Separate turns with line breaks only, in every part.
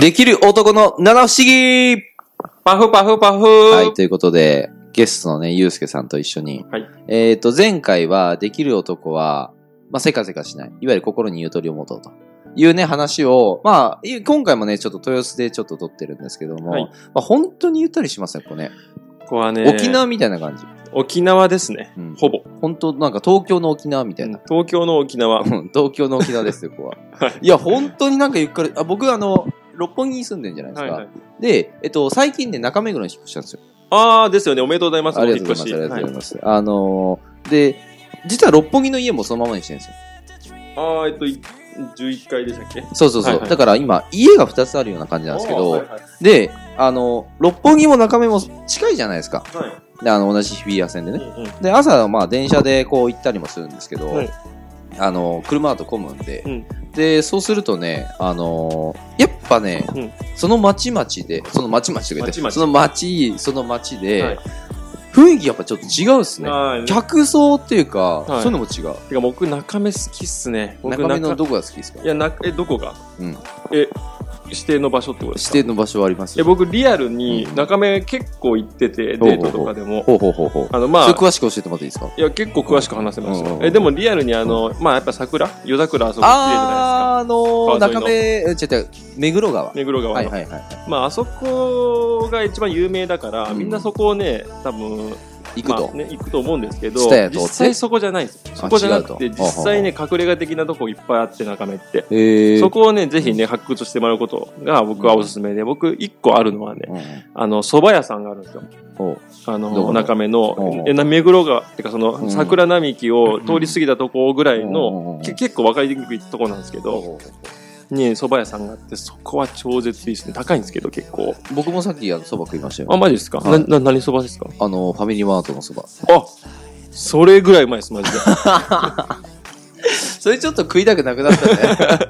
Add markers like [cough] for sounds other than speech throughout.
できる男の七不思議
パフパフパフ
はい、ということで、ゲストのね、ゆうすけさんと一緒に。
はい
えっ、と、前回は、できる男は、まあ、せかせかしない。いわゆる心にゆとりを持とうと。いうね、話を、まあ、い今回もね、ちょっと豊洲でちょっと撮ってるんですけども、
はい
まあ、本当にゆったりしますね、ここね。
ここはね、
沖縄みたいな感じ。
沖縄ですね
うん。
ほぼ。
本当なんか東京の沖縄みたいな。
東京の
[laughs]
沖縄。
うん東京の沖縄ですよ、ここは。 [laughs]
はい
や、本当になんかゆっくり、あ僕、あの、六本木に住んでるんじゃないです
は
か。
いはい。
で、えっと、最近ね、中目黒に引っ越したんですよ
ああ、ですよね。おめでとうございます。
ありがとうございます。ありがとうございます。あのーで、実は六本木の家もそのままにしてるんですよ。
ああー、えっと、い11回でしたっけ
そうそうそう。
はいはい
だから今、家が2つあるような感じなんですけど、
あーはい
で、あの、六本木も中目も近いじゃないですか。
はいはい
で、あの、同じ日比谷線でね。
うんうん
で、朝、まあ、電車でこう行ったりもするんですけど、
はい
あの、車だと混むんで、
うん
で、そうするとね、あのーやっぱね、
うん
その町々で、その町々とか言って、
町々
その町、その町で、
はい
雰囲気やっぱちょっと違うっすね。
はい。て
客層っていうか、
はい
そういうのも違う。
か僕、中目好きっすね。僕、
中身の
中
どこが好きですか
いや、な、え、どこが
うん
え、指定の場所ってことです
指
か
定の場所はあります
え、僕、リアルに
うん
中目結構行ってて、
ほうほう
デ
ほう
ートとかでも。
ほうほうほうほう。
あの、ま
それ
あ、
詳しく教えてもらっていいですか
いや、結構詳しく話せます
うんうん
よ
う。ん
え、でもリアルにあの、まあ、やっぱ桜夜桜あそこ綺麗じゃないで
あー、あのー、
川沿い
中
の
目、え違う違う、目黒川。
すか。目黒川の。
はいはいはい。
まあ、あそこが一番有名だから、
うん
みんなそこをね、多分
行く
ま
と
あ。ね、行くと思うんですけど
蔦屋、通って
実際そこじゃないんですよ。そこじゃなく
違
て、
うと
実際ね、隠れ家的なとこいっぱいあって、中目って。
えー
そこをね、ぜひね、発掘してもらうことが僕はおすすめで、僕、一個あるのはね、
うん
あの、蕎麦屋さんがあるんですよ。
ほう
あ
どこ
の、中目の
うん、
えな目黒川、ってかそ
うん
の、桜並木を通り過ぎたとこぐら
う
い
んうんうん
の、け結構わかりにくいとこなんですけ
ほう
ど、
ほうほ
に蕎麦屋さんがあって、そこは超絶いいですね。高いんですけど、結構。
う僕もさっき、あの、そば食いました
あ、
よ。
マジですか、
はい
な、な、何そばですか
あの、ファミリーマートのそば。
あそれぐらいうまいです、マジで。 [laughs]
それちょっと食いたくなくなった
[laughs]
ね。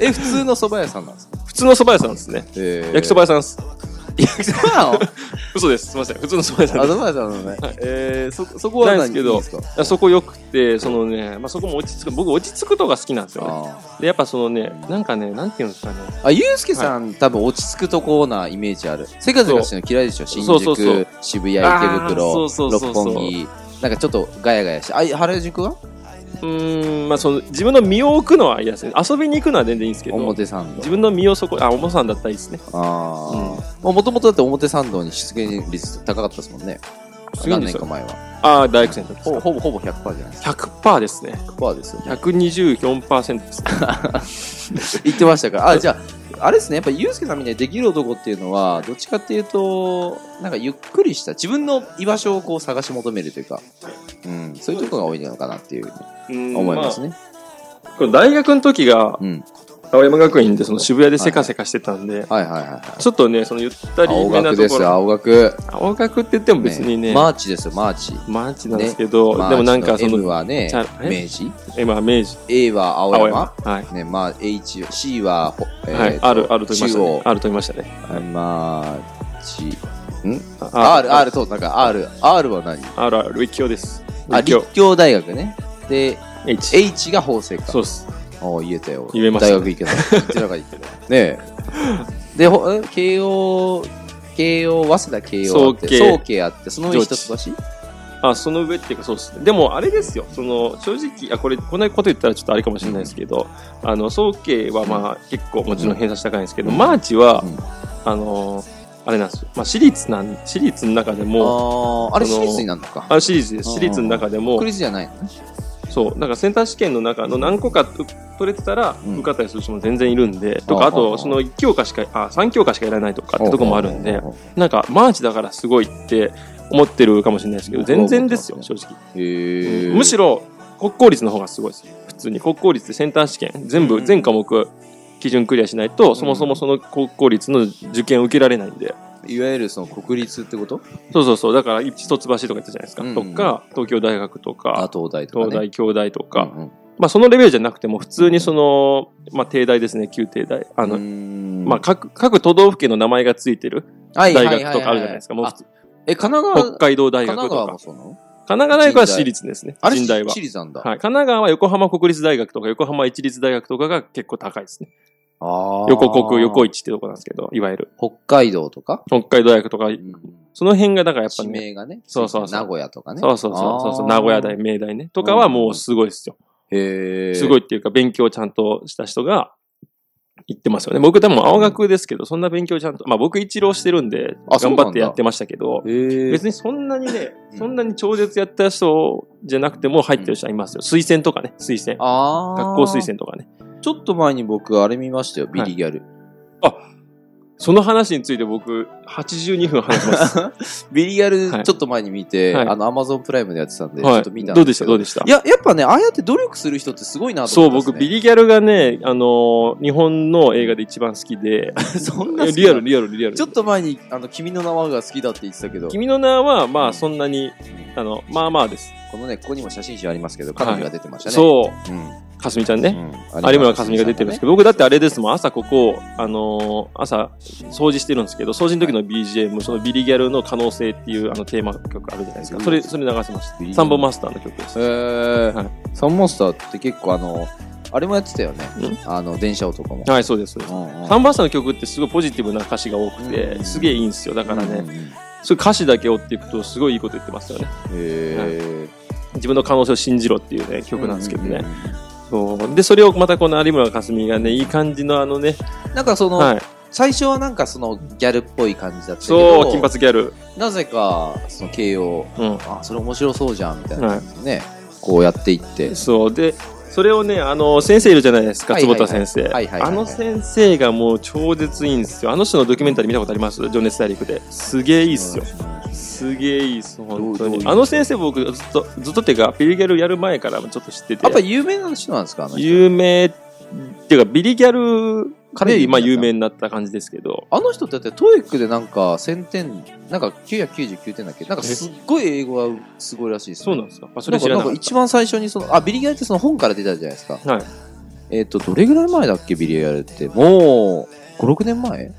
え、普通のそば屋さんなんですか
普通の蕎麦屋さんですね。
えー
焼きそば屋さんです。
焼きそばな
[laughs]
の
嘘です。すみません。普通の蕎麦屋さん
あ、
で
そば屋さんなのね。えー、そ、そこは
ない
何
ですけど
いいですか
す。そこ良くて、そのね、まあ、そこも落ち着く、僕落ち着くとが好きなんですよね。
あ
で、やっぱそのね、なんかね、なんていうんですかね。
ーあ、ゆうすけさん、多分落ち着くとこなイメージある。せかせかしの嫌いでしょ新
そうそうそ
宿
う、
渋谷、池袋、
あーそうそうそうそう
六本木。なんかちょっとガヤガヤして。あ、原宿は
うーん、まあその、自分の身を置くのは嫌ですね。遊びに行くのは全然いいんですけど、
表参道
自。分の身をそこ、あ、おもさんだったらいいですね。
あーまあ。もともとだって表参道に出現率高かったですもんね。
すごい
何
んで
年
すよ
か前は。
ああ、大学生の時です
ほ
か。
ほぼほぼ100%じゃないですか。
100%ですね。
100%ですよ。
124%ですね。
言ってました
[laughs]
から。あ、じゃあ、あれですね。やっぱゆうすけさんみたいにできる男っていうのは、どっちかっていうと、なんかゆっくりした、自分の居場所をこう探し求めるというか、うん、そういうところが多いのかなっていう
うん
思いますね。
まあこの大学の時が、
うん。
青山学院でその渋谷でせかせかしてたんで、
はいはいはいはい。
ちょっとね、そのゆったり
青
めな
学
と
で
こ
すよ、
ろ。
青学。
青学って言っても別にね、
マーチですよ、マーチ。
マーチなんですけど、
マーチ
でもなんかそ
M
の、
はね
ちゃ、え
明治。
今、明治、
A は青
青
山
山。。はい。
ね、まあ、H、C は、ほえー
はい、
と
R、R と言いました
中
ね
央。。
R と言いましたね。
マーチ。
あ
R、R と、なんか R、R は何
R、R、立教です。
あ、
立
立
教、
教大学ね。で、
H。
H が法政か。
そうっす。
ああ、言えたよ。
言えましたね
大学行けた。言ってなか
[laughs]
ったけど。ねえ。で、ほえ慶応、慶応、早稲田慶応あって、
早慶
早慶あって、その上一橋
あ、その上っていうかそうっすね。でもあれですよ、その、正直、あ、これ、こんなこと言ったらちょっとあれかもしれないですけど、あの、早慶はまあ、結構もちろん偏差値高いんですけど、
うん
マーチは
うん、
あのー、あれなんですよ。まあ、私立なん、私立の中でも、
ああ、あれ
その
私立になるのか。
あ、私立です。私立の中でも、
国立じゃないのね。
そう、なんかセンター試験の中の何個かと取れてたら、
うん
受かったりする人も全然いるんで、と
ああ
か、あ
ああ
と、その1教科しか、あ、3教科しかいらないとかってとこもあるん
へ
で、なんか、マーチだからすごいって思ってるかもしれないですけど、全然ですよ、正直。
え。
むしろ、国公立の方がすごいですよ。普通に国公立でセンター試験、全
う
部、
ん
全科目、基準クリアしないと、そもそもその国公立の受験を受けられないんで。
いわゆるその国立ってこと
そうそうそう。だから、一橋とか言ったじゃないですか。
うん
とか、東京大学と
あ
か、
東大とか、ね。
東大、京大とか、
うんうん
まあ、そのレベルじゃなくても、普通にその、まあ、帝大ですね、旧帝大。あの、
うーん
まあ、各、各都道府県の名前がついてる
はい
大
はい
学
はいはい
とかあるじゃないですか。もう普通
あえ、神奈川
北海道大
神
学と
奈川
か
も。そうなの
神奈川大学は私立ですね。
あれ
神大は。
私立なんだ。
はい。神奈川は横浜国立大学とか横浜市立大学とかが結構高いですね。
あー
横国、横市ってとこなんですけど、いわゆる。
北海道とか、
北海道大学とか、
うん
その辺がだからやっぱ
地
ね、
名がね。
そうそうそう
名古屋とかね。
そうそうそうそうそう、名古屋大、明大ね、とかはもうすごいですよ。
へえ。
すご
い。
いっていうか、勉強をちゃんとした人が行ってますよね。僕多分青学ですけど、そんな勉強ちゃんと、まあ僕一浪してるんで、
あそうなんだ
頑張ってやってましたけど、
へえ。
別にそんなにね、
うん
そんなに超絶やった人じゃなくても入ってる人はいますよ。推薦とかね、推薦。
ああ。
学校推。薦とかね。
ちょっと前に僕、あれ見ましたよ。ビリギャル。
その話について僕、82分話し [laughs] ます。
ビリギャ
は
ル、
い
ちょっと前に見て、
はい
あの、アマゾンプライムでやってたんで、ちょ
は
っと見
い。
たん
どうでした
け
どうでした
いや、やっぱね、ああやって努力する人ってすごいなと
そう、
思って、
僕、ビ
リ
リギャルがね、あのー日本の映画で一番好きで、
ギそんな好きな
リアル、リアル、リアル。
ちょっと前に、あの、君の名はが好きだって言ってたけど、
君の名は、まあ、そんなに、あの、まあまあです。
このね、ここにも写真集ありますけど、彼女が出てましたね。
そう、
うん。
かすみちゃんね。
うん。
有村架純が出てるんですけ
ど。
ど、僕だってあれですもん、朝ここ、あのー朝、掃除してるんですけど、掃除の時の BGM、そのビリギャルの可能性っていうあのテーマ曲あるじゃないですか。それ、それ流せまし
ビリギャル
た。サンボマスターの曲です。
へー
はい
サンモンスターって結構あの、あれもやってたよね。あの、電車男も。
はい、そうです。サン
うんうん
ボマスターの曲ってすごいポジティブな歌詞が多く
う
て、
ん
すげえいいんですよ。だから
う
ね、
んうん
そういう歌詞だけをっていくと、すごいいいこと言ってますよね。
へ
自分の可能性を信じろっていうね、
ー
曲なんですけど
う
ね
ん。うん
そう。で、それをまたこの有村架純がね、いい感じのあのね、
うんなんかその、
はい。
最初はなんかそのギャルっぽい感じだったけど
そう、金髪ギャル。
なぜかその慶応
うん。
あそれ面白そうじゃんみたいな
はい。
ねこうやっていって
そうでそれをねあの先生いるじゃないですか
はいはい
坪
はい
田先生
はいはいはいは
あ
い
の先生がもう超絶いいんですよあの人のドキュメンタリー見たことあります「情熱大陸」ですげえいいっすよすげえいいっす本当
どうどうい
に
う
あの先生僕ずっとずっとっていうかビリギャルやる前からもちょっと知って
やっぱ
て
有名な人なんですかあの人
有名っていうかビリギャル
彼
で
有名な
今
んだ
有名になった感じですけど
あの人ってだってトイックでなんか1000点なんか999点だっけなんかすっごい英語がすごいらしいですね
そうなんですかあそれ知ら
なか
なんか
な
っ
んか一番最初にそのあビリギャルってその本から出たじゃないですか
たはい
えっ、とどれぐらい前だっけビリギャルってもう56年前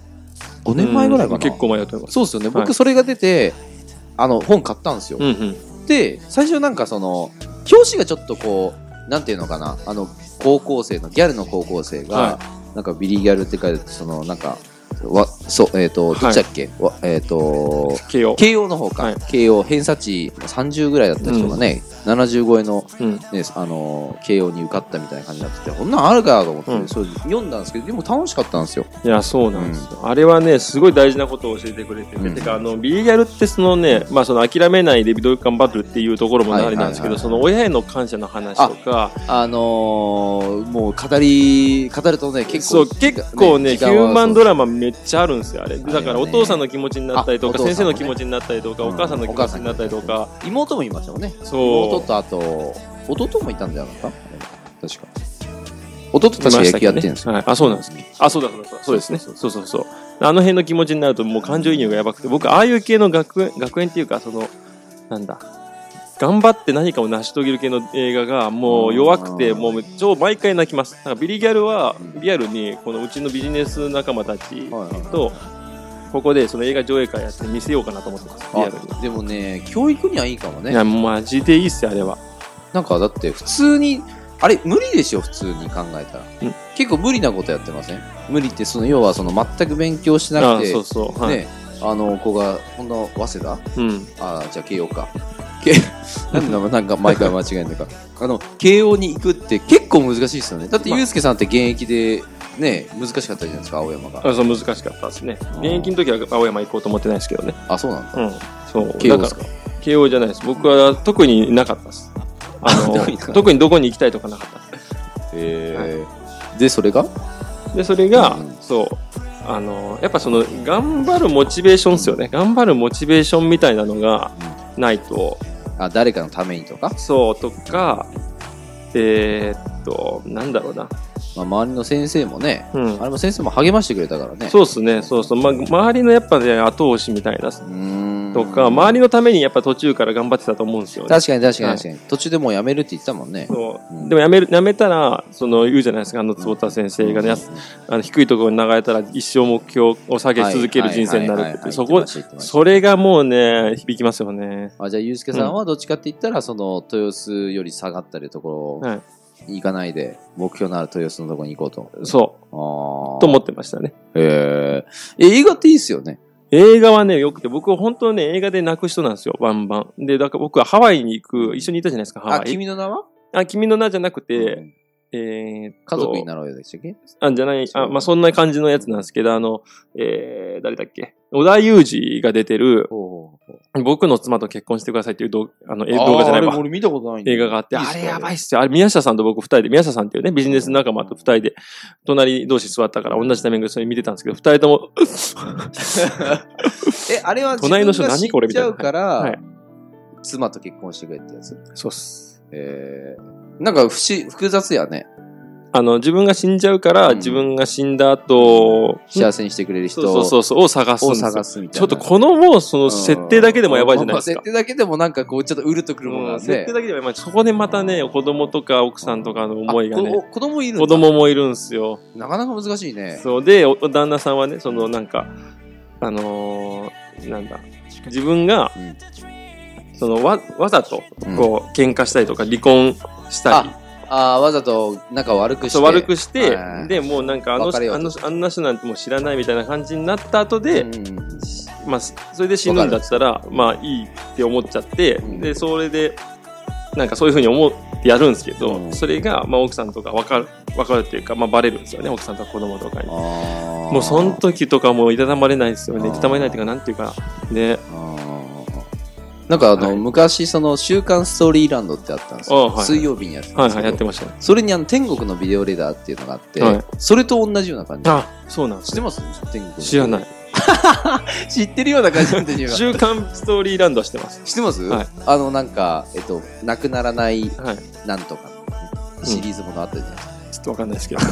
?5 年前ぐらいかな
う
ん
結構前だと思います
そうですよね
はい
僕それが出て、あの本買ったんですよ、
うんうん
で最初なんかその表紙がちょっとこうなんていうのかなあの高校生のギャルの高校生が、
は
なんかビリギャルって書いてあってそのなんかわそうえっ、と
はい
どっちだっけ、わえっ、と
慶応
慶応の方か、
はい
慶応偏差値30ぐらいだった人がね、70超えの、
うん
ねあのー慶応に受かったみたいな感じになっててこんなんあるかと思って、
うん
そう読んだんですけどでも楽しかったんですよ
いや、そうなんですよ。あれはね、すごい大事なことを教えてくれてて、
うん
てか、あの、ビリギャルってそのね、まあ、その諦めないでどう頑張るっていうところもあれなんですけど、
はいはいはい
その親への感謝の話とか、
あのー、もう語り語るとね結
そ
構
う、結構ね、
時
ヒ
間は
ューマンドラマめっちゃあるんですよ、あれ。だから、
あ
お
れね
父さんの気持ちになったりとか、
あお父
先
さ
生
んの
の
ね
気持ちになったりとか、
うん
お母さんの気持ちになったりとか、
妹もいましたよね
そ
妹
う。
とあと弟もいたんじゃなかった確か弟確か野球やってるんですよ、
よ、はい。あ、そうなんです。あ、そうだそうだそうだそうですね。そうそうそう。あの辺の気持ちになると、もう感情移入がやばくて、僕、ああいう系の学園、学園っていうか、その、なんだ、頑張って何かを成し遂げる系の映画が、もう弱くて、
うん
もう、超毎回泣きます。なんかビリギャルは
う、ん
リアルに、このうちのビジネス仲間たち
はいはい
と、ここでその映画上映会やって見せようかなと思ってます、リアルに。
あでもね教育にはいいかも
い
ね
や、マジでいいっすよ、あれは。
なんかだって普通にあれ無理でしょ普通に考えたら、
うん
結構無理なことやってません無理ってその要はその全く勉強しな
あ
くて
そうそう。はい。
ねあの子がこんな早稲田
うん。
あーじゃあ慶応かけ [laughs] なんで名前なんか毎回間違えんのか [laughs] あの慶応に行くって結構難しいですよねだって
まあ
ユースケさんって現役でね難しかったじゃないですか青山が
あそう難しかったですね。現役の時は青山行こうと思ってないですけどね。
あそうなんだ
うん、そう
慶応で
だ
す
か
から
慶応じゃないです僕は特になかったですあ
特に [laughs] なかっ
の
た
特にどこに行きたいとかなかったで
へえでそれが
すでそれが、
うん
そうあのやっぱその頑張るモチベーションですよね頑張るモチベーションみたいなのがないと
あ誰かのためにとか、
そうとかえーっとなんだろうな
まあ、周りの先生もね
うん
あれも先生も励ましてくれたからね
そうですねそうそう、ま、周りのやっぱね後押しみたいな
うーん
とか周りのためにやっぱ途中から頑張ってたと思うんですよね
確かに確かに確かに、途中でもうやめるって言ってたもんね
そう
うん
でもやめるやめたらその言うじゃないですかあの坪田先生がね、あの低いところに流れたら一生目標を下げ続ける人生になるって言ってそこ
そ
それがもうね響きますよね
あじゃあユースケさんはどっちかって言ったら、その豊洲より下がったりところ
はい
行かないで、目標のある豊洲のとこに行こう
そ
と。あ
う、
あ。
と思ってましたね。
ええ映画っていいっすよね。
映画はね、よくて、僕本当ね、映画で泣く人なんですよ、バンバン。で、だから僕はハワイに行く、一緒にいたじゃないですか、ハワイ。
あ、君の名は
あ君の名じゃなくて、
うん
えーっと、
家族になろうよでしたっけ
あ、じゃない、あ、まあ、そんな感じのやつなんですけど、あの、えー、誰だっけ小田裕二が出てる、
ほうほう
僕の妻と結婚してくださいっていう動あのえ
あー
動画じゃな
あ
い
れ
わ。
俺見たことないんだ
映画があって、
いい
あ
す
れ
か
やばいっすよ。あれ、宮下さんと僕二人で、宮下さんっていうね、ビジネス仲間と二人で、隣同士座ったから同じタイミングでそれ見てたんですけど、二人とも、
え、あれは
隣の
自
人
分が
何これみたいな
知っちゃうから、
はいはい
妻と結婚してくれってやつ。
そうっす。
えー、なんか不思複雑やね。
あの、自分が死んじゃうから、
うん
自分が死んだ後、
幸せにしてくれる人
そうそうそうそう、を探す
を
んですよ
探すみたい
ち
な。
ょっとこのもう、その設定だけでもやばいじゃないです
ま
か
あ。設定だけでもなんかこう、ちょっとうるっとくるものがあ
う
っ
ん
て。
設定だけでは、まあ、そこでまたね、子供とか奥さんとかの思いが
あこ
ね、
お子供いる [laughs] んだ
子供もいるんすよ。
なかなか難しいね。
そうで、お旦那さんはね、そのなんか、あのーなんだ、自分が、
うん
そのわ、わざと、
うん
こう、喧嘩したりとか、離婚したり、
あーわざと仲を悪くして。
そう悪くして、
はい
で、もうなんかあの、
別れよ
あ
う
の、あんな人なんてもう知らないみたいな感じになった後で、
うん
まあ、そそれで死ぬんだったら、まあいいって思っちゃって、
うん
で、それで、なんかそういうふうに思ってやるんですけど、
うん
それが、まあ奥さんとかわかる、わかるっていうか、まあバレるんですよね、奥さんとか子供とかに。
あー
もうその時とかもういたたまれないですよね。
あ
い
ー
たたまれないっていうか、なんていうか、ね。
あーなんかあの、
はい
昔その週刊ストーリーランドってあったんです
あ
よ。
ーはい
水曜日にやってたん
はい
ですけ
はい、
ど、
やってましたね。
それにあの天国のビデオレーダーっていうのがあって、
はい
それと同じような感じ。
あ、そうなんで
知っ
す
て
ね。
ます天国の
知らない。。
知ってるような感じなんで
[laughs]
今。
週刊ストーリーランドはしてます。
知ってます、
はい
あのなんか、えっと、なくならない
はい。
なんとかシリーズものあったじゃないですか
ちょっとわかんないですけど。
い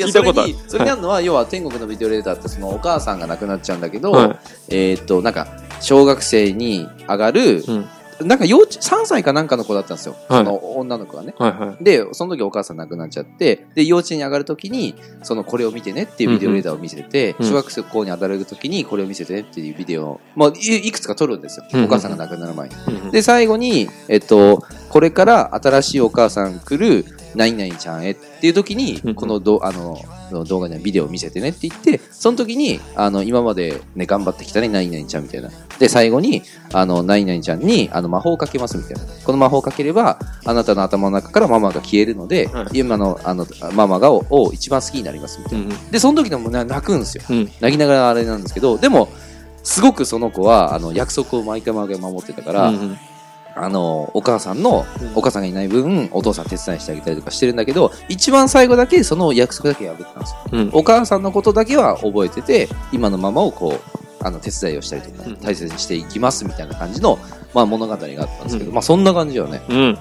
や
聞いたことあ
それ
る
にそれにあるのは、要は天国のビデオレーダーってそのお母さんが亡くなっちゃうんだけど、
は
えーっとなんか小学生に上がる
い。、うん。
なんか幼稚3歳かなんかの子だったんですよ、
は
そ
い
の女の子がね
はいはい。
でその時お母さん亡くなっちゃってで幼稚園に上がる時にそのこれを見てねっていうビデオレーダーを見せて、
うんうん
小学生校に当たる時にこれを見せてねっていうビデオを、まあ、いいくつか撮るんですよ、
うんうん
お母さんが亡くなる前に
うんうん
で最後に、えっと、これから新しいお母さん来る何々ちゃんへっていう時に、
うん
このどあのの動画にはビデオを見せてねって言ってその時にあの今まで、ね、頑張ってきたね何々ちゃんみたいなで最後にあの何々ちゃんにあの魔法をかけますみたいなこの魔法をかければあなたの頭の中からママが消えるので、
はい
今のあのママがをを一番好きになりますみたいな。
うんうん
でその時でもな泣くんですよ、
うん
泣きながらあれなんですけどでもすごくその子はあの約束を毎回毎回守ってたから、
うんうん
あのお母さんの
うん
お母さんがいない分お父さん手伝いしてあげたりとかしてるんだけど一番最後だけその約束だけ破ったんですよ
うん
お母さんのことだけは覚えてて今のままをこうあの手伝いをしたりとか
うん
大切にしていきますみたいな感じの、まあ、物語があったんですけど、
うん
まあそんな感じよね
うん。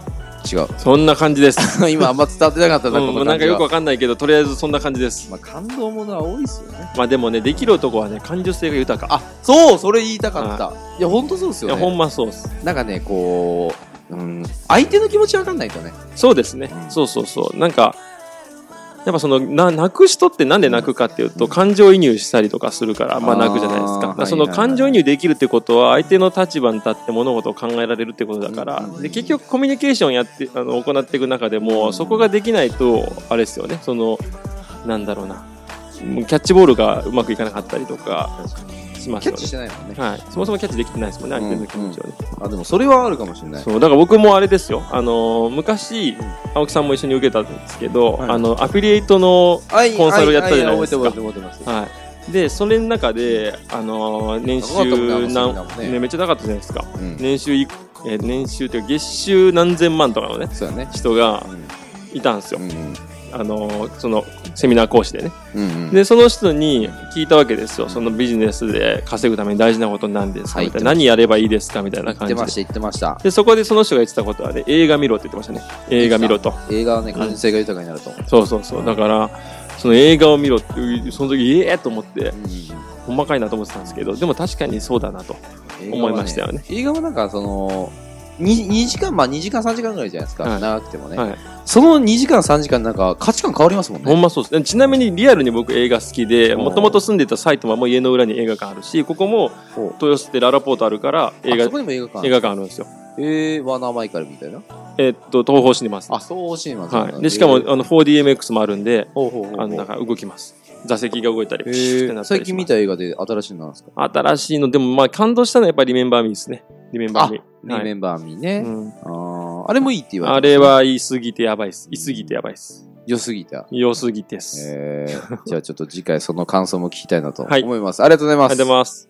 違う [laughs]
そんな感じ [laughs] です。
今あんま伝わってなかったな、
うん
この
な
感
んか
じは
よくわかんないけど、とりあえずそんな感じです。
まあ、感動ものは多いですよね
まあでもね、できる男はね、感受性が豊か。
あそうそれ言いたかった、い、や本当そうです
い
よ
や、ほ
ね
んまそうです。
なんかねこう、うん、相手の気持ちわかんないとね
そうですね。
うん
そうそうそう。なんか、やっぱそのな泣く人ってなんで泣くかっていうと感情移入したりとかするからまあ
あー
泣くじゃないですかだからその
はいはいはい
感情移入できるってことは相手の立場に立って物事を考えられるってことだから
うん
で結局コミュニケーションやってあの行っていく中で
う
も
ん
そこができないとあれですよねそのなんだろうなもうキャッチボールがうまくいかなかったりとかします
キャ
よ
ッチ
ね
してないもんね
はい、そもそもキャッチできてないですもんね、相手の気持ちをね。
あでもそれはあるかもしれない
そうだから僕もあれですよ、あのー昔
ん、
青木さんも一緒に受けたんですけど、
はい
あのアフィリエイトの、
はい
コンサルやったじゃないですか
は覚えてます覚えてます覚えてます
はい、でそれの中で、あのー年収
高か
何
ったもんねあのセミナーもね
ねめっちゃ高かったじゃないですか、
うん
年収いえー年収というか、月収何千万とかのね、
そうだね
人がいたんですよ、あのーそのセミナー講師でね。でその人に聞いたわけですよ、そのビジネスで稼ぐために大事なことなんですか
はい
みたいな、何やればいいですかみたいな
言
感
っ
じ
て
で
ま。した言ってました
でそこでその人が言ってたことはね映画見ろって言ってましたね映画見ろと
映画はね感受性が豊かになると
そうそうそうだからその映画を見ろっていうその時ええと思ってほんまかいなと思ってたんですけどでも確かにそうだなと思いましたよね
映画はなんかその 2, 時間まあ2時間3時間ぐらいじゃないですか、
はい
長くてもね、
はい
その2時間3時間なんか価値観変わりますもん
ほ
ね
んまそうですねちなみにリアルに僕映画好きで
おー
もともと住んでた埼玉も家の裏に映画館あるしここも
ほう
豊洲ってララポートあるから映
あ
画
そこにも映画館
映画館あるんですよ
えー、ワーナーマイカルみたいな
えっと、東宝シネマス。
あ、そうシネマズなんだ
はい。で、しかも、
へー
あの、4DMX もあるんで、
ほうほうほうほう
あの、だから動きます。座席が動いたり、
へ
ピシュってな
ー
ったりします。
最近見た映画で新しいのなんですか
新しいの、でもまあ感動したのはやっぱりリメンバーミーですね。リメンバーミー。
リメンバーミー
はい
ね。
うん
あーあれもいいって言われ
あ
て
れは言い過ぎてやばいっす。言い過ぎてやばいっす。
良すぎた。
良すぎてっす。 [laughs]
えーじゃあちょっと次回その感想も聞きたいなと
はい
思います。ありがとうござい
あ
ま
りが
す
とうござ。います。